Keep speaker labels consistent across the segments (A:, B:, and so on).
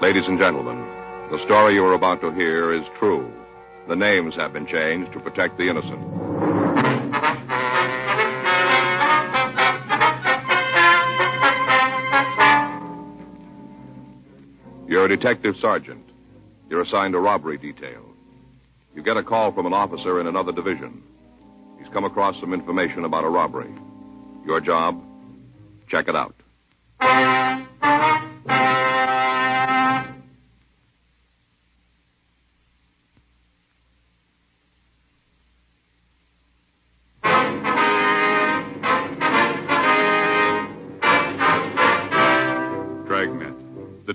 A: Ladies and gentlemen, the story you are about to hear is true. The names have been changed to protect the innocent. You're a detective sergeant. You're assigned a robbery detail. You get a call from an officer in another division. He's come across some information about a robbery. Your job? Check it out.
B: Dragnet, the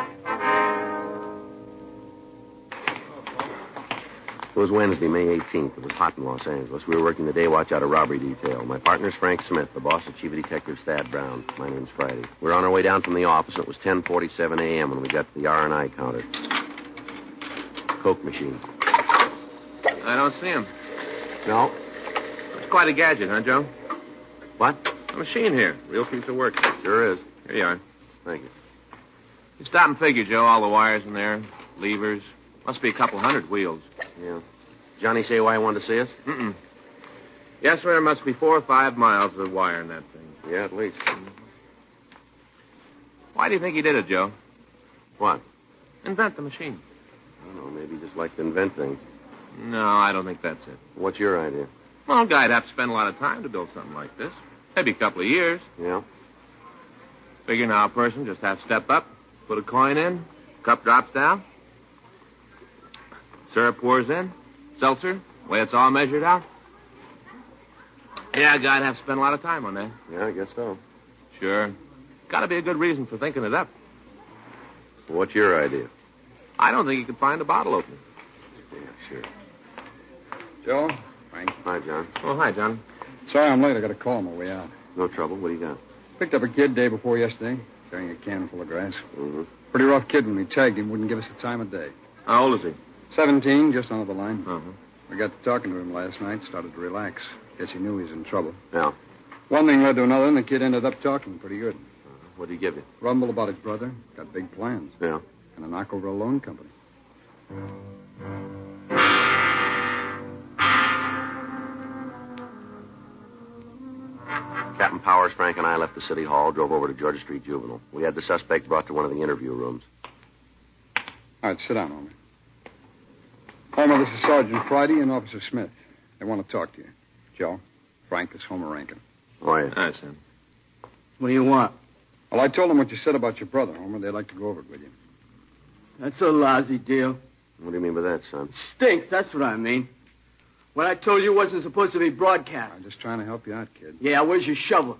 C: It was Wednesday, May 18th. It was hot in Los Angeles. We were working the day watch out of robbery detail. My partner's Frank Smith, the boss of Chief of Detectives Thad Brown. My name's Friday. We were on our way down from the office, and it was 10.47 a.m. when we got to the R&I counter. Coke machine.
D: I don't see him.
C: No?
D: It's quite a gadget, huh, Joe?
C: What?
D: A machine here. Real piece of work.
C: Sure is.
D: Here you are.
C: Thank you.
D: You stop and figure, Joe, all the wires in there, levers. Must be a couple hundred wheels.
C: Yeah. Johnny say why he wanted to see us?
D: Mm-mm. Yes, sir, there must be four or five miles of wire in that thing.
C: Yeah, at least.
D: Why do you think he did it, Joe?
C: What?
D: Invent the machine.
C: I don't know. Maybe he just like to invent things.
D: No, I don't think that's it.
C: What's your idea?
D: Well, a guy'd have to spend a lot of time to build something like this. Maybe a couple of years.
C: Yeah?
D: Figure now a person just has to step up, put a coin in, cup drops down, syrup pours in, seltzer, way it's all measured out. Yeah, a guy'd have to spend a lot of time on that.
C: Yeah, I guess so.
D: Sure. Gotta be a good reason for thinking it up.
C: What's your idea?
D: I don't think you could find a bottle opener.
C: Yeah, sure.
E: Joe? Frank?
C: Hi, John.
D: Oh, hi, John.
E: Sorry I'm late. I got a call on my way out.
C: No trouble. What do you got?
E: Picked up a kid day before yesterday, carrying a can full of grass.
C: Mm-hmm.
E: Pretty rough kid when we tagged him. Wouldn't give us the time of day.
D: How old is he?
E: 17, just under the line.
C: Mm-hmm.
D: Uh-huh.
E: We got to talking to him last night, started to relax. Guess he knew he was in trouble.
C: Yeah.
E: One thing led to another, and the kid ended up talking pretty good.
C: What do you give you?
E: Rumble about his brother, got big plans,
C: Yeah.
E: and a knock over a loan company.
C: Captain Powers, Frank, and I left the city hall, drove over to Georgia Street Juvenile. We had the suspect brought to one of the interview rooms.
E: All right, sit down, Homer. Homer, this is Sergeant Friday and Officer Smith. They want to talk to you. Joe, Frank is Homer Rankin.
C: Oh, yeah.
D: Hi, Sam.
F: What do you want?
E: Well, I told them what you said about your brother, Homer. They'd like to go over it with you.
F: That's a lousy deal.
C: What do you mean by that, son?
F: Stinks, that's what I mean. What I told you wasn't supposed to be broadcast.
E: I'm just trying to help you out, kid.
F: Yeah, where's your shovel?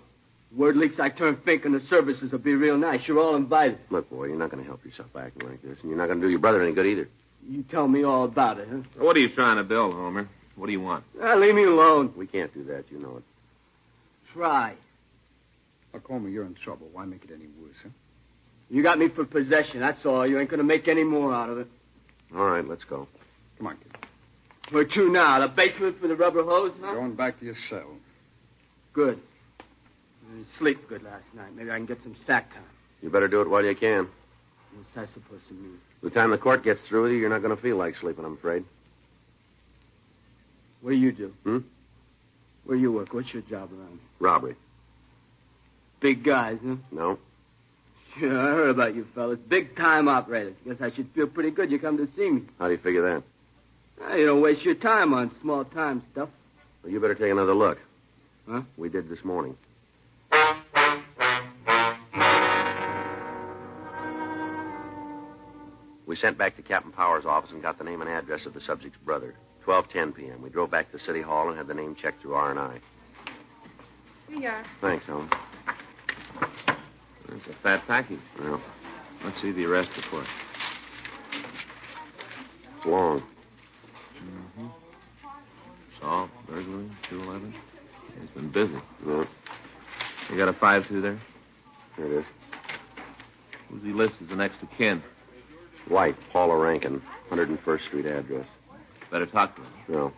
F: Word leaks I turned fake and the services will be real nice. You're all invited.
C: Look, boy, you're not going to help yourself by acting like this, and you're not going to do your brother any good either.
F: You tell me all about it, huh?
D: What are you trying to build, Homer? What do you want?
F: Ah, leave me alone.
C: We can't do that, you know it.
F: Try.
E: Look, Homer, you're in trouble. Why make it any worse, huh?
F: You got me for possession, that's all. You ain't gonna make any more out of it.
C: All right, let's go.
E: Come on, kid.
F: Where to now? The basement for the rubber hose?
E: You're
F: Huh?
E: going back to your cell.
F: Good. I didn't sleep good last night. Maybe I can get some sack time.
C: You better do it while you can.
F: What's that supposed to mean?
C: By the time the court gets through with you, you're not going to feel like sleeping, I'm afraid.
F: What do you do?
C: Hmm?
F: Where you work? What's your job around here?
C: Robbery.
F: Big guys, huh?
C: No?
F: Yeah, I heard about you fellas. Big time operators. Guess I should feel pretty good you come to see me.
C: How do you figure that?
F: Ah, you don't waste your time on small time stuff.
C: Well, you better take another look.
F: Huh?
C: We did this morning. We sent back to Captain Powers' office and got the name and address of the subject's brother. 12:10 p.m. We drove back to City Hall and had the name checked through R&I.
G: Here you are.
C: Thanks, Helen.
D: It's a fat package.
C: Well,
D: Let's see the arrest report.
C: it's long.
D: Saul, burglary, 211. He's been busy.
C: Yeah.
D: You got a five through there?
C: Here it is.
D: Who's he list as the next of kin?
C: White, Paula Rankin, 101st Street address.
D: Better talk to him.
C: No,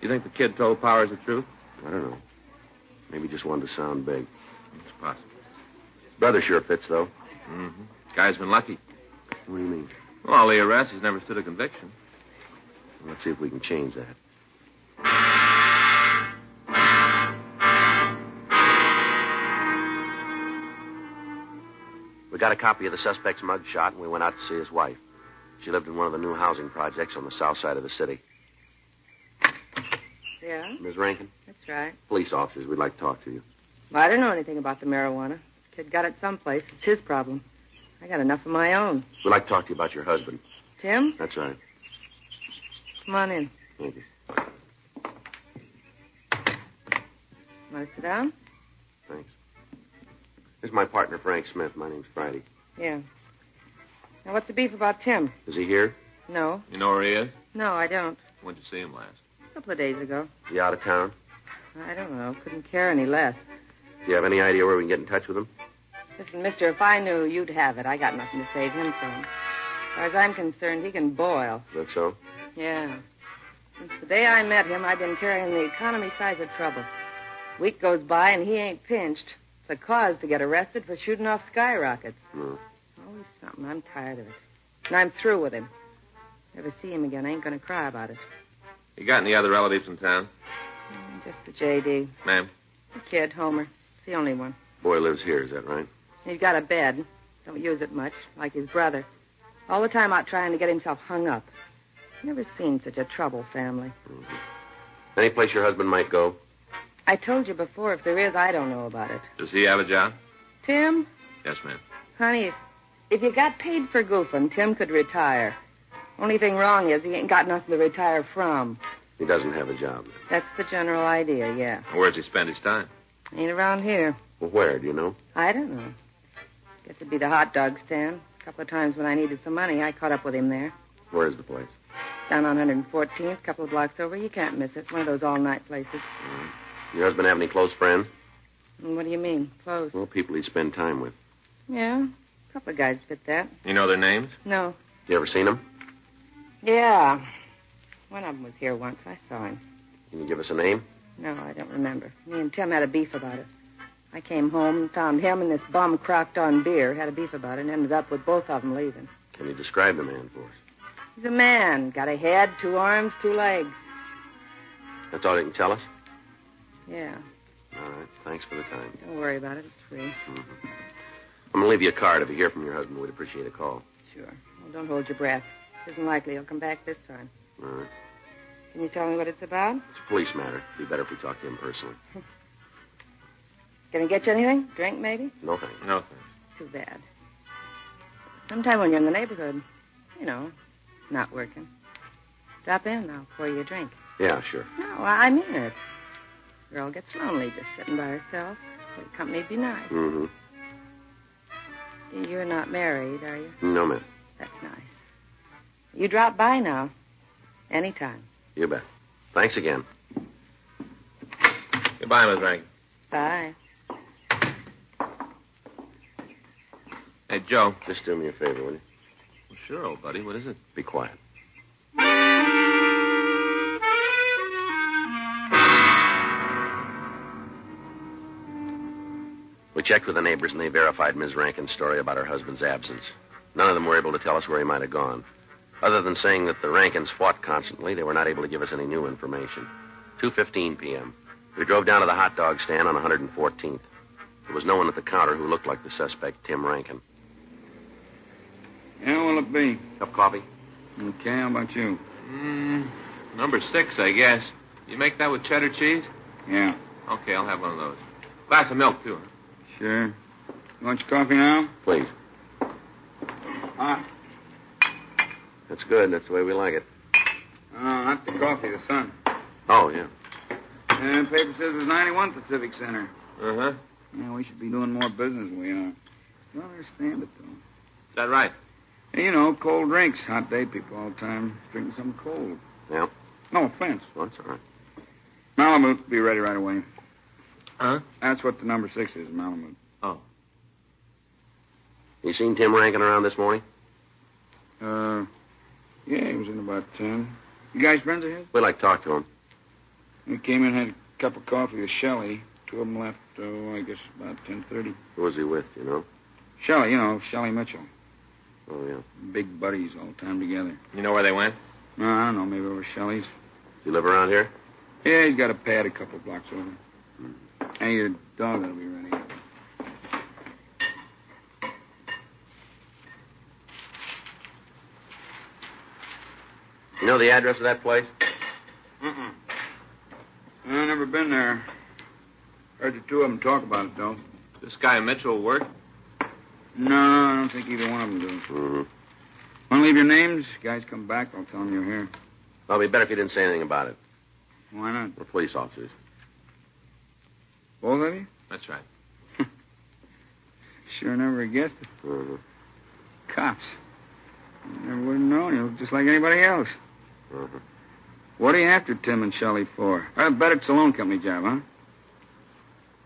D: You think the kid told Powers the truth?
C: I don't know. Maybe just wanted to sound big.
D: It's possible.
C: Brother sure fits, though.
D: Mm-hmm. Guy's been lucky.
C: What do you mean?
D: Well, all the arrests, he's never stood a conviction.
C: Let's see if we can change that. We got a copy of the suspect's mug shot, and we went out to see his wife. She lived in one of the new housing projects on the south side of the city.
G: Yeah,
C: Ms. Rankin,
G: that's right.
C: police officers, we'd like to talk to you.
G: Well, I don't know anything about the marijuana. Kid got it someplace. It's his problem. I got enough of my own.
C: We'd like to talk to you about your husband.
G: Tim,
C: That's right.
G: come on in.
C: Thank you.
G: Want to sit down?
C: Thanks. This is my partner, Frank Smith. My name's Friday.
G: Yeah. Now, what's the beef about Tim?
C: Is he here?
G: No,
D: You know where he is?
G: no, I don't.
D: When'd you see him last?
G: A couple of days ago.
C: Is he out of town?
G: I don't know. Couldn't care any less.
C: Do you have any idea where we can get in touch with him?
G: Listen, mister, if I knew, you'd have it. I got nothing to save him from. As far as I'm concerned, he can boil.
C: Is that so?
G: Yeah. Since the day I met him, I've been carrying the economy size of trouble. Week goes by and he ain't pinched. It's a cause to get arrested for shooting off skyrockets.
C: Hmm.
G: Always something. I'm tired of it. And I'm through with him. Never see him again. I ain't going to cry about it.
D: You got any other relatives in town?
G: Mm, Just the JD.
D: Ma'am?
G: The kid, Homer. It's the only one.
C: Boy lives here, is that right?
G: He's got a bed. Don't use it much, like his brother. All the time out trying to get himself hung up. Never seen such a trouble family.
C: Any place your husband might go?
G: I told you before, if there is, I don't know about it.
D: Does he have a job?
G: Tim,
D: Yes, ma'am.
G: honey, if, if you got paid for goofing, Tim could retire. Only thing wrong is he ain't got nothing to retire from.
C: He doesn't have a job.
G: That's the general idea, yeah.
D: And where does he spend his time?
G: Ain't around here.
C: Well, where, do you know?
G: I don't know. Guess it'd be the hot dog stand. A couple of times when I needed some money, I caught up with him there.
C: Where is the place?
G: Down on 114th, a couple of blocks over. You can't miss it. It's one of those all night places.
C: Your husband have any close friends?
G: And what do you mean? Clothes?
C: Well, people he spend time with.
G: Yeah. A couple of guys fit that.
D: You know their names?
G: No.
C: You ever seen him?
G: Yeah. One of them was here once. I saw him.
C: Can you give us a name?
G: No, I don't remember. Me and Tim had a beef about it. I came home and found him and this bum crocked on beer, had a beef about it, and ended up with both of them leaving.
C: Can you describe the man for us?
G: He's a man. Got a head, two arms, two legs.
C: That's all you can tell us?
G: Yeah.
C: All right. Thanks for the time. Mm-hmm.
G: Don't worry about it. It's free.
C: I'm going to leave you a card. If you hear from your husband, we'd appreciate a call.
G: Sure. Well, don't hold your breath. Isn't likely he'll come back this time.
C: All right.
G: Can you tell me what it's about?
C: It's a police matter. It'd be better if we talked to him personally.
G: Can I get you anything? Drink, maybe?
C: No, thanks.
D: No, thanks.
G: Too bad. Sometime when you're in the neighborhood, you know, not working, drop in. I'll pour you a drink.
C: Yeah, sure.
G: No, I I mean it. Girl gets lonely just sitting by herself. Well, company'd be nice.
C: Mm-hmm.
G: You're not married, are you?
C: No, ma'am.
G: That's nice. You drop by now. Anytime.
C: You bet. Thanks again.
D: Goodbye, Miss Rankin.
G: Bye.
D: Hey, Joe.
C: Just do me a favor, will you?
D: Well, sure, old buddy. What is it?
C: Be quiet. We checked with the neighbors and they verified Ms. Rankin's story about her husband's absence. None of them were able to tell us where he might have gone. Other than saying that the Rankins fought constantly, they were not able to give us any new information. 2:15 p.m. We drove down to the hot dog stand on 114th. There was no one at the counter who looked like the suspect, Tim Rankin.
E: How will it be?
C: Cup of coffee?
E: Okay, how about you?
D: Mm, number six, I guess. You make that with cheddar cheese?
E: Yeah,
D: Okay, I'll have one of those. Glass of milk, too.
E: sure. Want your coffee now?
C: Please.
E: Ah,
C: That's good. That's the way we like it.
E: uh, not the coffee, the sun.
C: Oh, yeah.
E: Uh, paper says it's 91 Pacific Center.
D: Uh-huh.
E: Yeah, we should be doing more business than we are. Don't understand it, though.
D: Is that right?
E: Hey, you know, cold drinks. Hot day people all the time. Drinking something cold.
C: Yeah.
E: No offense.
C: Well, that's all right.
E: Malibu, be ready right away.
D: Huh?
E: That's what the number six is, Malamud.
C: You seen Tim Rankin around this morning?
E: Uh, yeah, he was in about ten. You guys friends of his?
C: We'd like to talk to him.
E: We came in, had a cup of coffee with Shelley. Two of them left, oh, I guess about ten thirty.
C: Who was he with, you know?
E: Shelley, you know, Shelley Mitchell.
C: Oh, yeah.
E: Big buddies all the time together.
D: You know where they went?
E: No, I don't know, maybe over Shelley's.
C: Do you live around here?
E: Yeah, he's got a pad a couple blocks over. Hey, your dog will be ready.
C: You know the address of that place?
E: Mm-mm. I never been there. Heard the two of them talk about it, though.
D: This guy Mitchell work?
E: No, I don't think either one of them do.
C: Mm-hmm.
E: Want to leave your names? Guys come back, I'll tell them you're here.
C: Well, it'd be better if you didn't say anything about it.
E: Why not?
C: We're police officers.
E: Both of you?
D: That's right.
E: Sure never guessed it.
C: Mm-hmm.
E: Cops. Never would have known you, just like anybody else.
C: Mm-hmm.
E: What are you after Tim and Shelley for? I bet it's a loan company job, huh?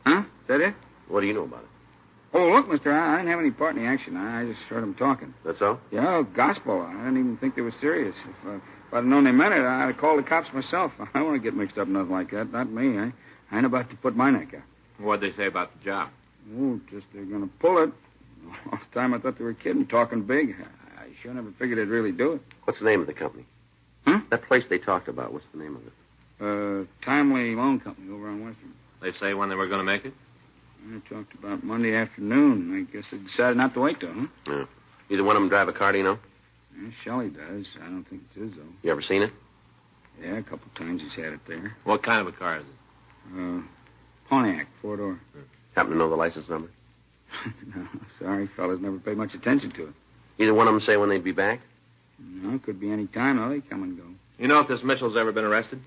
E: Huh? Is that it?
C: What do you know about it?
E: Oh, look, mister, I, I didn't have any part in the action. I, I just heard them talking.
C: That's all?
E: Yeah, gospel. I didn't even think they were serious. If, uh, if I'd known they meant it, I'd have called the cops myself. I don't want to get mixed up in nothing like that. Not me. I, I ain't about to put my neck out.
D: What'd they say about the job?
E: Ooh, just they're going to pull it. All the time I thought they were kidding, talking big. I, I sure never figured they'd really do it.
C: What's the name of the company?
E: Huh?
C: That place they talked about, what's the name of it?
E: Uh, Timely Loan Company over on Western.
D: They say when they were going to make it?
E: I talked about Monday afternoon. I guess they decided not to wait, though, huh?
C: Either one of them drive a car, do you know?
E: Yeah, Shelley does. I don't think it's his, though.
C: You ever seen it?
E: Yeah, a couple times he's had it there.
D: What kind of a car is it?
E: Uh, Pontiac, four door.
C: Happen to know the license number?
E: no, sorry, fellas never paid much attention to it.
C: Either one of them say when they'd be back?
E: No, could be any time now. They come and go.
D: You know if this Mitchell's ever been arrested?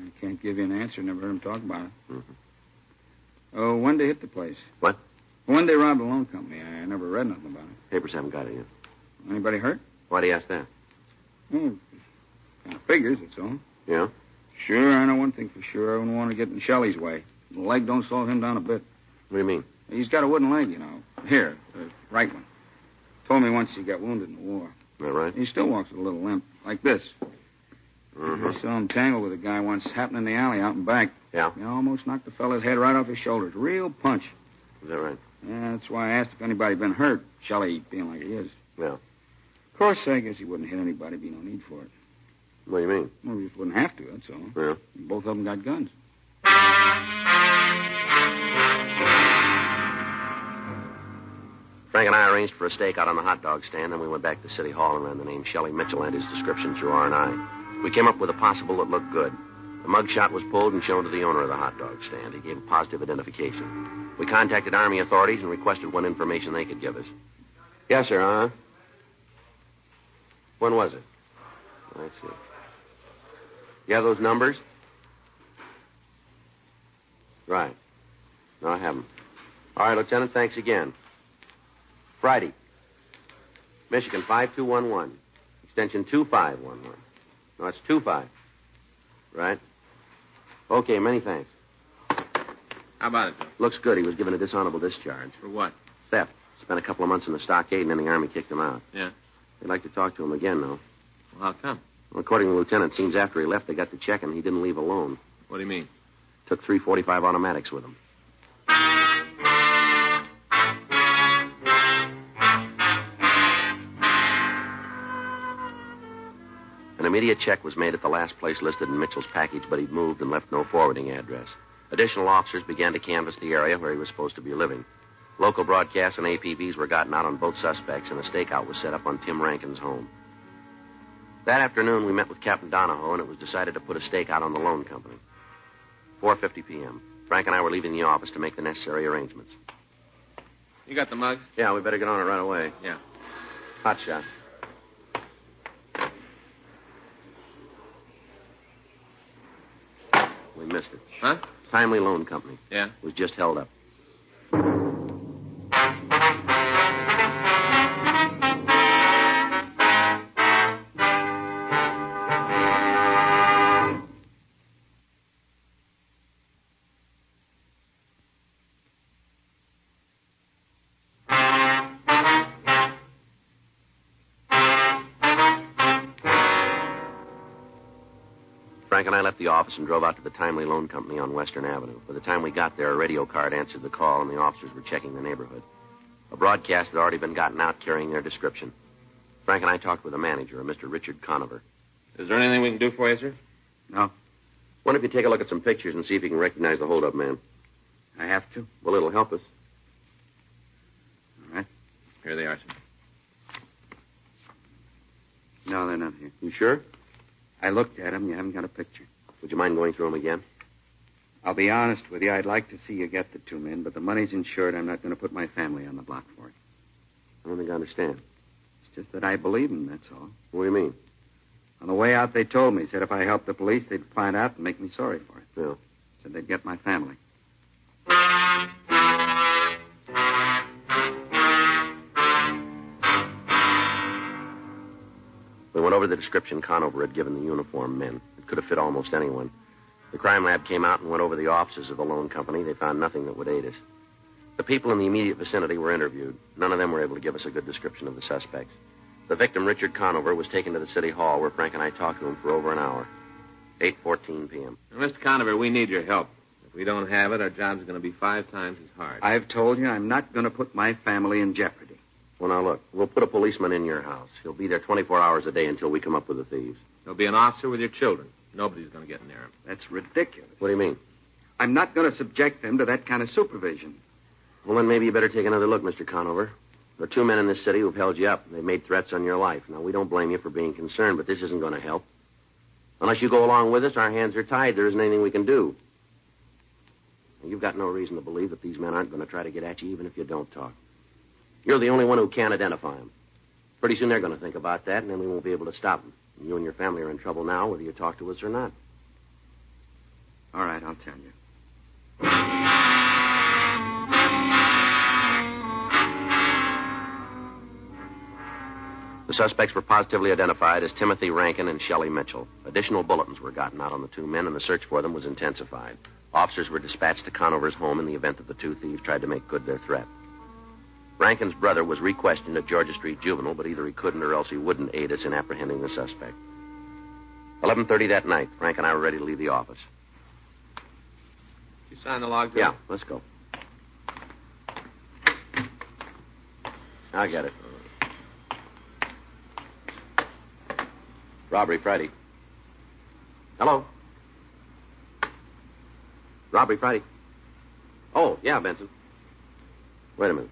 E: I can't give you an answer. Never heard him talk about it.
C: Mhm.
E: Oh, when they hit the place?
C: What?
E: When they robbed a loan company. I never read nothing about it.
C: Papers haven't got it yet.
E: Anybody hurt?
C: Why do you ask that?
E: Oh, kind of figures, that's all.
C: Yeah?
E: Sure, I know one thing for sure. I wouldn't want to get in Shelley's way. The leg don't slow him down a bit.
C: What do you mean?
E: He's got a wooden leg, you know. Here, the right one. Told me once he got wounded in the war.
C: Is that right?
E: He still walks with a little limp, like this.
C: Mm-hmm.
E: I saw him tangle with a guy once, happened in the alley out in back.
C: Yeah?
E: He almost knocked the fella's head right off his shoulders. Real punch.
C: Is that right?
E: Yeah, that's why I asked if anybody been hurt. Shelley being like he is.
C: Yeah.
E: Of course, I guess he wouldn't hit anybody. Be no need for it.
C: What do you mean?
E: Well, he just wouldn't have to. That's all.
C: Yeah.
E: Both of them got guns.
C: Frank and I arranged for a steak out on the hot dog stand, then we went back to City Hall and ran the name Shelley Mitchell and his description through R&I. We came up with a possible that looked good. The mug shot was pulled and shown to the owner of the hot dog stand. He gave a positive identification. We contacted Army authorities and requested what information they could give us. Yes, sir, huh? When was it? Let's see. You have those numbers? Right. No, I haven't. All right, Lieutenant, thanks again. Friday. Michigan 5211. Extension 2511. No, it's 25. Right? Okay, many thanks.
D: How about it, Joe?
C: Looks good. He was given a dishonorable discharge.
D: For what?
C: Theft. Spent a couple of months in the stockade and then the Army kicked him out.
D: Yeah.
C: They'd like to talk to him again, though.
D: Well, how come?
C: Well, according to the lieutenant, it seems after he left, they got to check and he didn't leave alone.
D: What do you mean?
C: Took 345 automatics with him. An immediate check was made at the last place listed in Mitchell's package, but he'd moved and left no forwarding address. Additional officers began to canvass the area where he was supposed to be living. Local broadcasts and APBs were gotten out on both suspects, and a stakeout was set up on Tim Rankin's home. That afternoon, we met with Captain Donahoe, and it was decided to put a stakeout on the loan company. 4.50 p.m. Frank and I were leaving the office to make the necessary arrangements.
D: You got the mug?
C: Yeah, we better get on it right away.
D: Yeah.
C: Hot shot. We missed it.
D: Huh?
C: Timely Loan Company.
D: Yeah.
C: Was just held up. Frank and I left the office and drove out to the Timely Loan Company on Western Avenue. By the time we got there, a radio card answered the call, and the officers were checking the neighborhood. A broadcast had already been gotten out carrying their description. Frank and I talked with the manager, a Mr. Richard Conover.
D: Is there anything we can do for you, sir?
C: Wonder if you take a look at some pictures and see if you can recognize the holdup man.
D: I have to.
C: Well, it'll help us.
D: All right. Here they are, sir. No, they're not here.
C: You sure?
D: I looked at them. You haven't got a picture.
C: Would you mind going through them again?
D: I'll be honest with you. I'd like to see you get the two men, but the money's insured. I'm not going to put my family on the block for it.
C: I don't think I understand.
D: It's just that I believe them, that's all.
C: What do you mean?
D: On the way out, they told me, said if I helped the police, they'd find out and make me sorry for it.
C: No.
D: Said they'd get my family.
C: We went over the description Conover had given the uniformed men. It could have fit almost anyone. The crime lab came out and went over the offices of the loan company. They found nothing that would aid us. The people in the immediate vicinity were interviewed. None of them were able to give us a good description of the suspects. The victim, Richard Conover, was taken to the city hall where Frank and I talked to him for over an hour. 8.14 p.m.
D: Mr. Conover, we need your help. If we don't have it, our job's going to be five times as hard.
H: I've told you I'm not going to put my family in jeopardy.
C: Well, now look, we'll put a policeman in your house. He'll be there 24 hours a day until we come up with the thieves.
D: There'll be an officer with your children. Nobody's going to get near him.
H: That's ridiculous.
C: What do you mean?
H: I'm not going to subject them to that kind of supervision.
C: Well, then maybe you better take another look, Mr. Conover. There are two men in this city who've held you up. They've made threats on your life. Now, we don't blame you for being concerned, but this isn't going to help. Unless you go along with us, our hands are tied. There isn't anything we can do. Now, you've got no reason to believe that these men aren't going to try to get at you, even if you don't talk. You're the only one who can't identify them. Pretty soon they're going to think about that, and then we won't be able to stop them. You and your family are in trouble now, whether you talk to us or not.
H: All right, I'll tell you.
C: The suspects were positively identified as Timothy Rankin and Shelley Mitchell. Additional bulletins were gotten out on the two men, and the search for them was intensified. Officers were dispatched to Conover's home in the event that the two thieves tried to make good their threat. Rankin's brother was re-questioned at Georgia Street Juvenile, but either he couldn't or else he wouldn't aid us in apprehending the suspect. 11.30 that night, Frank and I were ready to leave the office.
D: You sign the log,
C: Yeah, let's go. I got it. Robbery Friday. Hello? Robbery Friday. Oh, yeah, Benson. Wait a minute.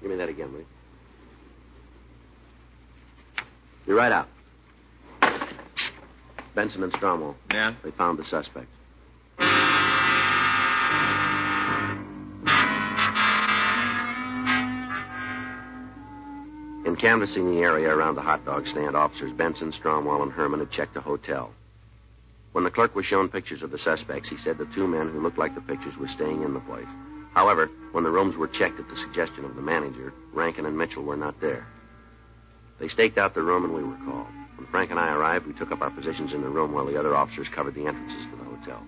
C: Give me that again, will you? You're right out. Benson and Stromwell.
D: Yeah?
C: They found the suspect. In canvassing the area around the hot dog stand, officers Benson, Stromwell, and Herman had checked the hotel. When the clerk was shown pictures of the suspects, he said the two men who looked like the pictures were staying in the place. However, when the rooms were checked at the suggestion of the manager, Rankin and Mitchell were not there. They staked out the room and we were called. When Frank and I arrived, we took up our positions in the room while the other officers covered the entrances to the hotel.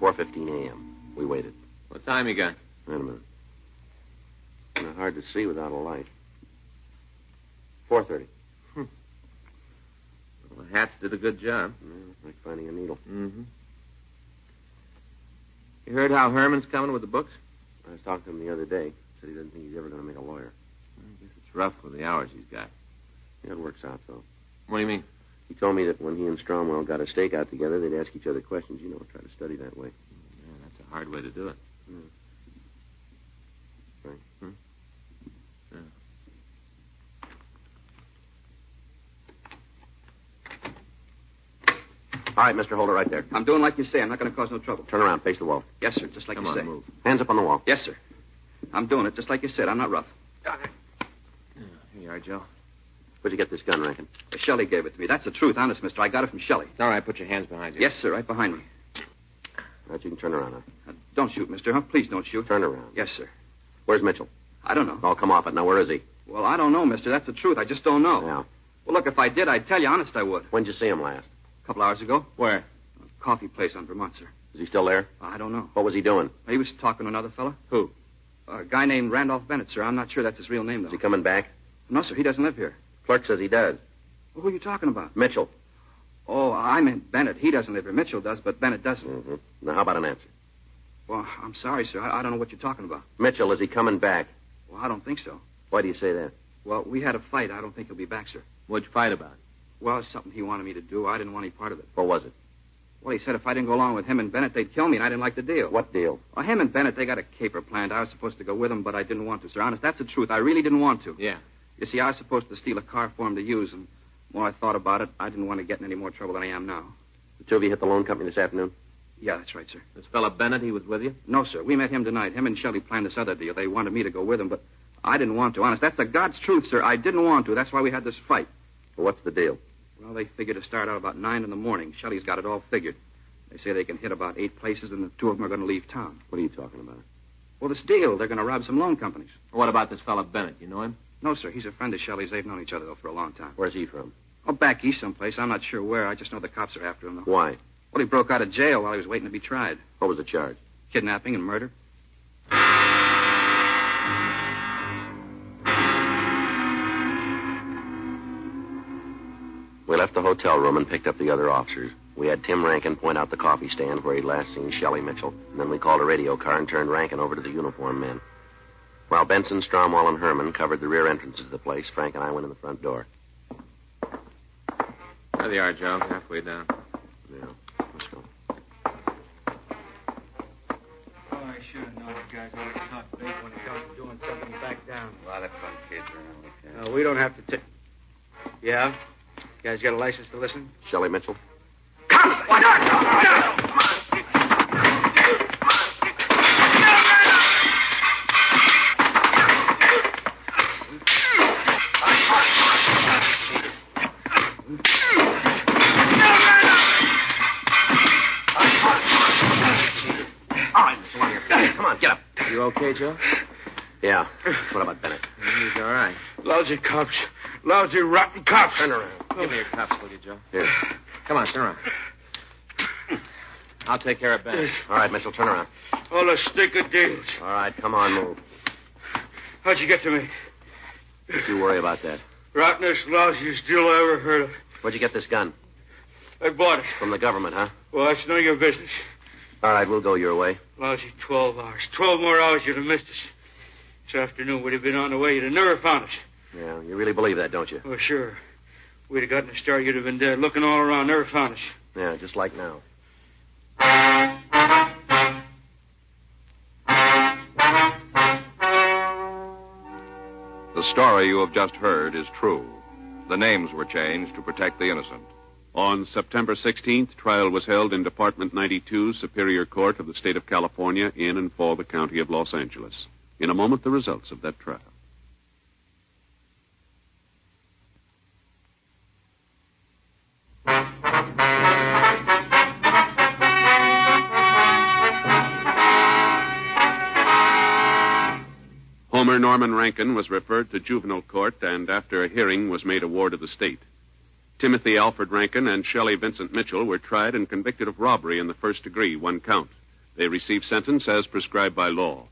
C: 4.15 a.m. We waited.
D: What time you got?
C: Wait a minute. Kinda hard to see without a light. 4.30.
D: Well, the hats did a good job.
C: Well, Like finding a needle.
D: Mm-hmm. You heard how Herman's coming with the books?
C: I was talking to him the other day. Said he doesn't think he's ever going to make a lawyer.
D: I guess it's rough with the hours he's got.
C: Yeah, it works out, though.
D: What do you mean?
C: He told me that when he and Stromwell got a stakeout together, they'd ask each other questions. You know, try to study that way.
D: Yeah, that's a hard way to do it.
C: All right, Mr. Holder, right there.
H: I'm doing like you say. I'm not going to cause no trouble.
C: Turn around, face the wall.
H: Yes, sir, just like
D: Come
H: you
D: on,
H: say.
D: move.
C: Hands up on the wall.
H: Yes, sir. I'm doing it just like you said. I'm not rough.
D: Here you are, Joe.
C: Where'd you get this gun, Rankin?
H: Shelley gave it to me. That's the truth, honest, mister. I got it from Shelley.
D: All right, put your hands behind you.
H: Yes, sir, right behind me.
C: All right, you can turn around now.
H: Now, don't shoot, mister, huh? Please don't shoot.
C: Turn around.
H: Yes, sir.
C: Where's Mitchell?
H: I don't know.
C: Oh, come off it. Now, where is he?
H: Well, I don't know, mister. That's the truth. I just don't know.
C: Now,
H: Well, look, if I did, I'd tell you. Honest, I would.
C: when'd you see him last?
H: A couple hours ago.
D: Where?
H: A coffee place on Vermont, sir. Uh,
C: Is he still there?
H: I don't know.
C: What was he doing?
H: He was talking to another fella.
D: Who?
H: A guy named Randolph Bennett, sir. I'm not sure that's his real name, though.
C: Is he coming back?
H: No, sir. He doesn't live here.
C: Clerk says he does.
H: Well, who are you talking about?
C: Mitchell.
E: Oh, I meant Bennett. He doesn't live here. Mitchell does, but Bennett doesn't.
C: Mm-hmm. Now, how about an answer?
E: Well, I'm sorry, sir. I, I don't know what you're talking about.
C: Mitchell, is he coming back?
E: Well, I don't think so.
C: Why do you say that?
E: Well, we had a fight. I don't think he'll be back, sir.
D: What'd you fight about?
E: Well, it's something he wanted me to do. I didn't want any part of it.
C: What was it?
E: Well, he said if I didn't go along with him and Bennett, they'd kill me, and I didn't like the deal.
C: What deal?
E: Well, him and Bennett, they got a caper planned. I was supposed to go with them, but I didn't want to, sir. Honest, that's the truth. I really didn't want to.
D: Yeah.
E: You see, I was supposed to steal a car for him to use, and the more I thought about it, I didn't want to get in any more trouble than I am now.
C: The two of you hit the loan company this afternoon?
E: Yeah, that's right, sir.
D: This fella Bennett, he was with you?
E: No, sir. We met him tonight. Him and Shelley planned this other deal. They wanted me to go with them, but I didn't want to. Honest, that's the God's truth, sir. I didn't want to. That's why we had this fight.
C: Well, what's the deal?
E: Well, they figure to start out about nine in the morning. Shelley's got it all figured. They say they can hit about eight places, and the two of them are going to leave town.
C: What are you talking about?
E: Well, this deal, they're going to rob some loan companies.
D: What about this fella Bennett? You know him?
E: No, sir. He's a friend of Shelley's. They've known each other, though, for a long time.
C: Where's he from?
E: Oh, back east someplace. I'm not sure where. I just know the cops are after him, though.
C: Why?
E: Well, he broke out of jail while he was waiting to be tried.
C: What was the charge?
E: Kidnapping and murder.
C: We left the hotel room and picked up the other officers. We had Tim Rankin point out the coffee stand where he'd last seen Shelley Mitchell, and then we called a radio car and turned Rankin over to the uniform men. While Benson, Stromwell, and Herman covered the rear entrances to the place, Frank and I went in the front door.
D: There they are, Joe. Halfway down.
C: Yeah, let's go.
I: Oh, I should have known you guys always talk big when it comes to doing something back down.
F: A lot of fun kids around like that.
I: No, we don't have to take. Yeah? You guys got a license to listen?
C: Shelley Mitchell? Come on, get up.
D: You okay, Joe?
C: Yeah. What about Bennett?
D: He's all right.
I: Lousy cops. Lousy, rotten cops.
D: Turn around. Give me your cuffs, will you, Joe?
C: Here.
D: Come on, turn around. I'll take care of Bennett.
C: All right, Mitchell, turn around.
I: All the stick of deals.
C: All right, come on, move.
I: How'd you get to me?
C: Don't you worry about that.
I: Rottenest, lousiest deal I ever heard of.
C: Where'd you get this gun?
I: I bought it.
C: From the government, huh?
I: Well, that's none of your business.
C: All right, we'll go your way.
I: Lousy 12 hours. 12 more hours you'd have missed us. This afternoon, we'd have been on the way. You'd have never found us.
C: Yeah, you really believe that, don't you?
I: Oh, sure. We'd have gotten a star. You'd have been dead. Looking all around, never found us.
C: Yeah, just like now.
J: The story you have just heard is true. The names were changed to protect the innocent.
B: On September 16th, trial was held in Department 92, Superior Court of the State of California, in and for the County of Los Angeles. In a moment, the results of that trial. Homer Norman Rankin was referred to juvenile court and, after a hearing, was made a ward of the state. Timothy Alfred Rankin and Shelley Vincent Mitchell were tried and convicted of robbery in the first degree, one count. They received sentence as prescribed by law.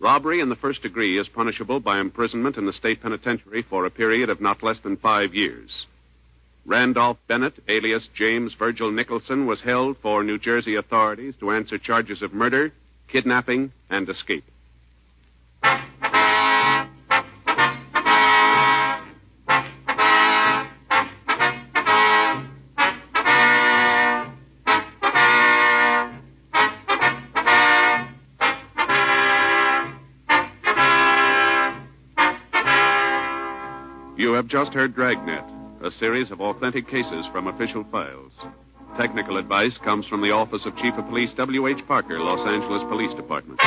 B: Robbery in the first degree is punishable by imprisonment in the state penitentiary for a period of not less than five years. Randolph Bennett, alias James Virgil Nicholson, was held for New Jersey authorities to answer charges of murder, kidnapping, and escape. You have just heard Dragnet, a series of authentic cases from official files. Technical advice comes from the Office of Chief of Police W.H. Parker, Los Angeles Police Department.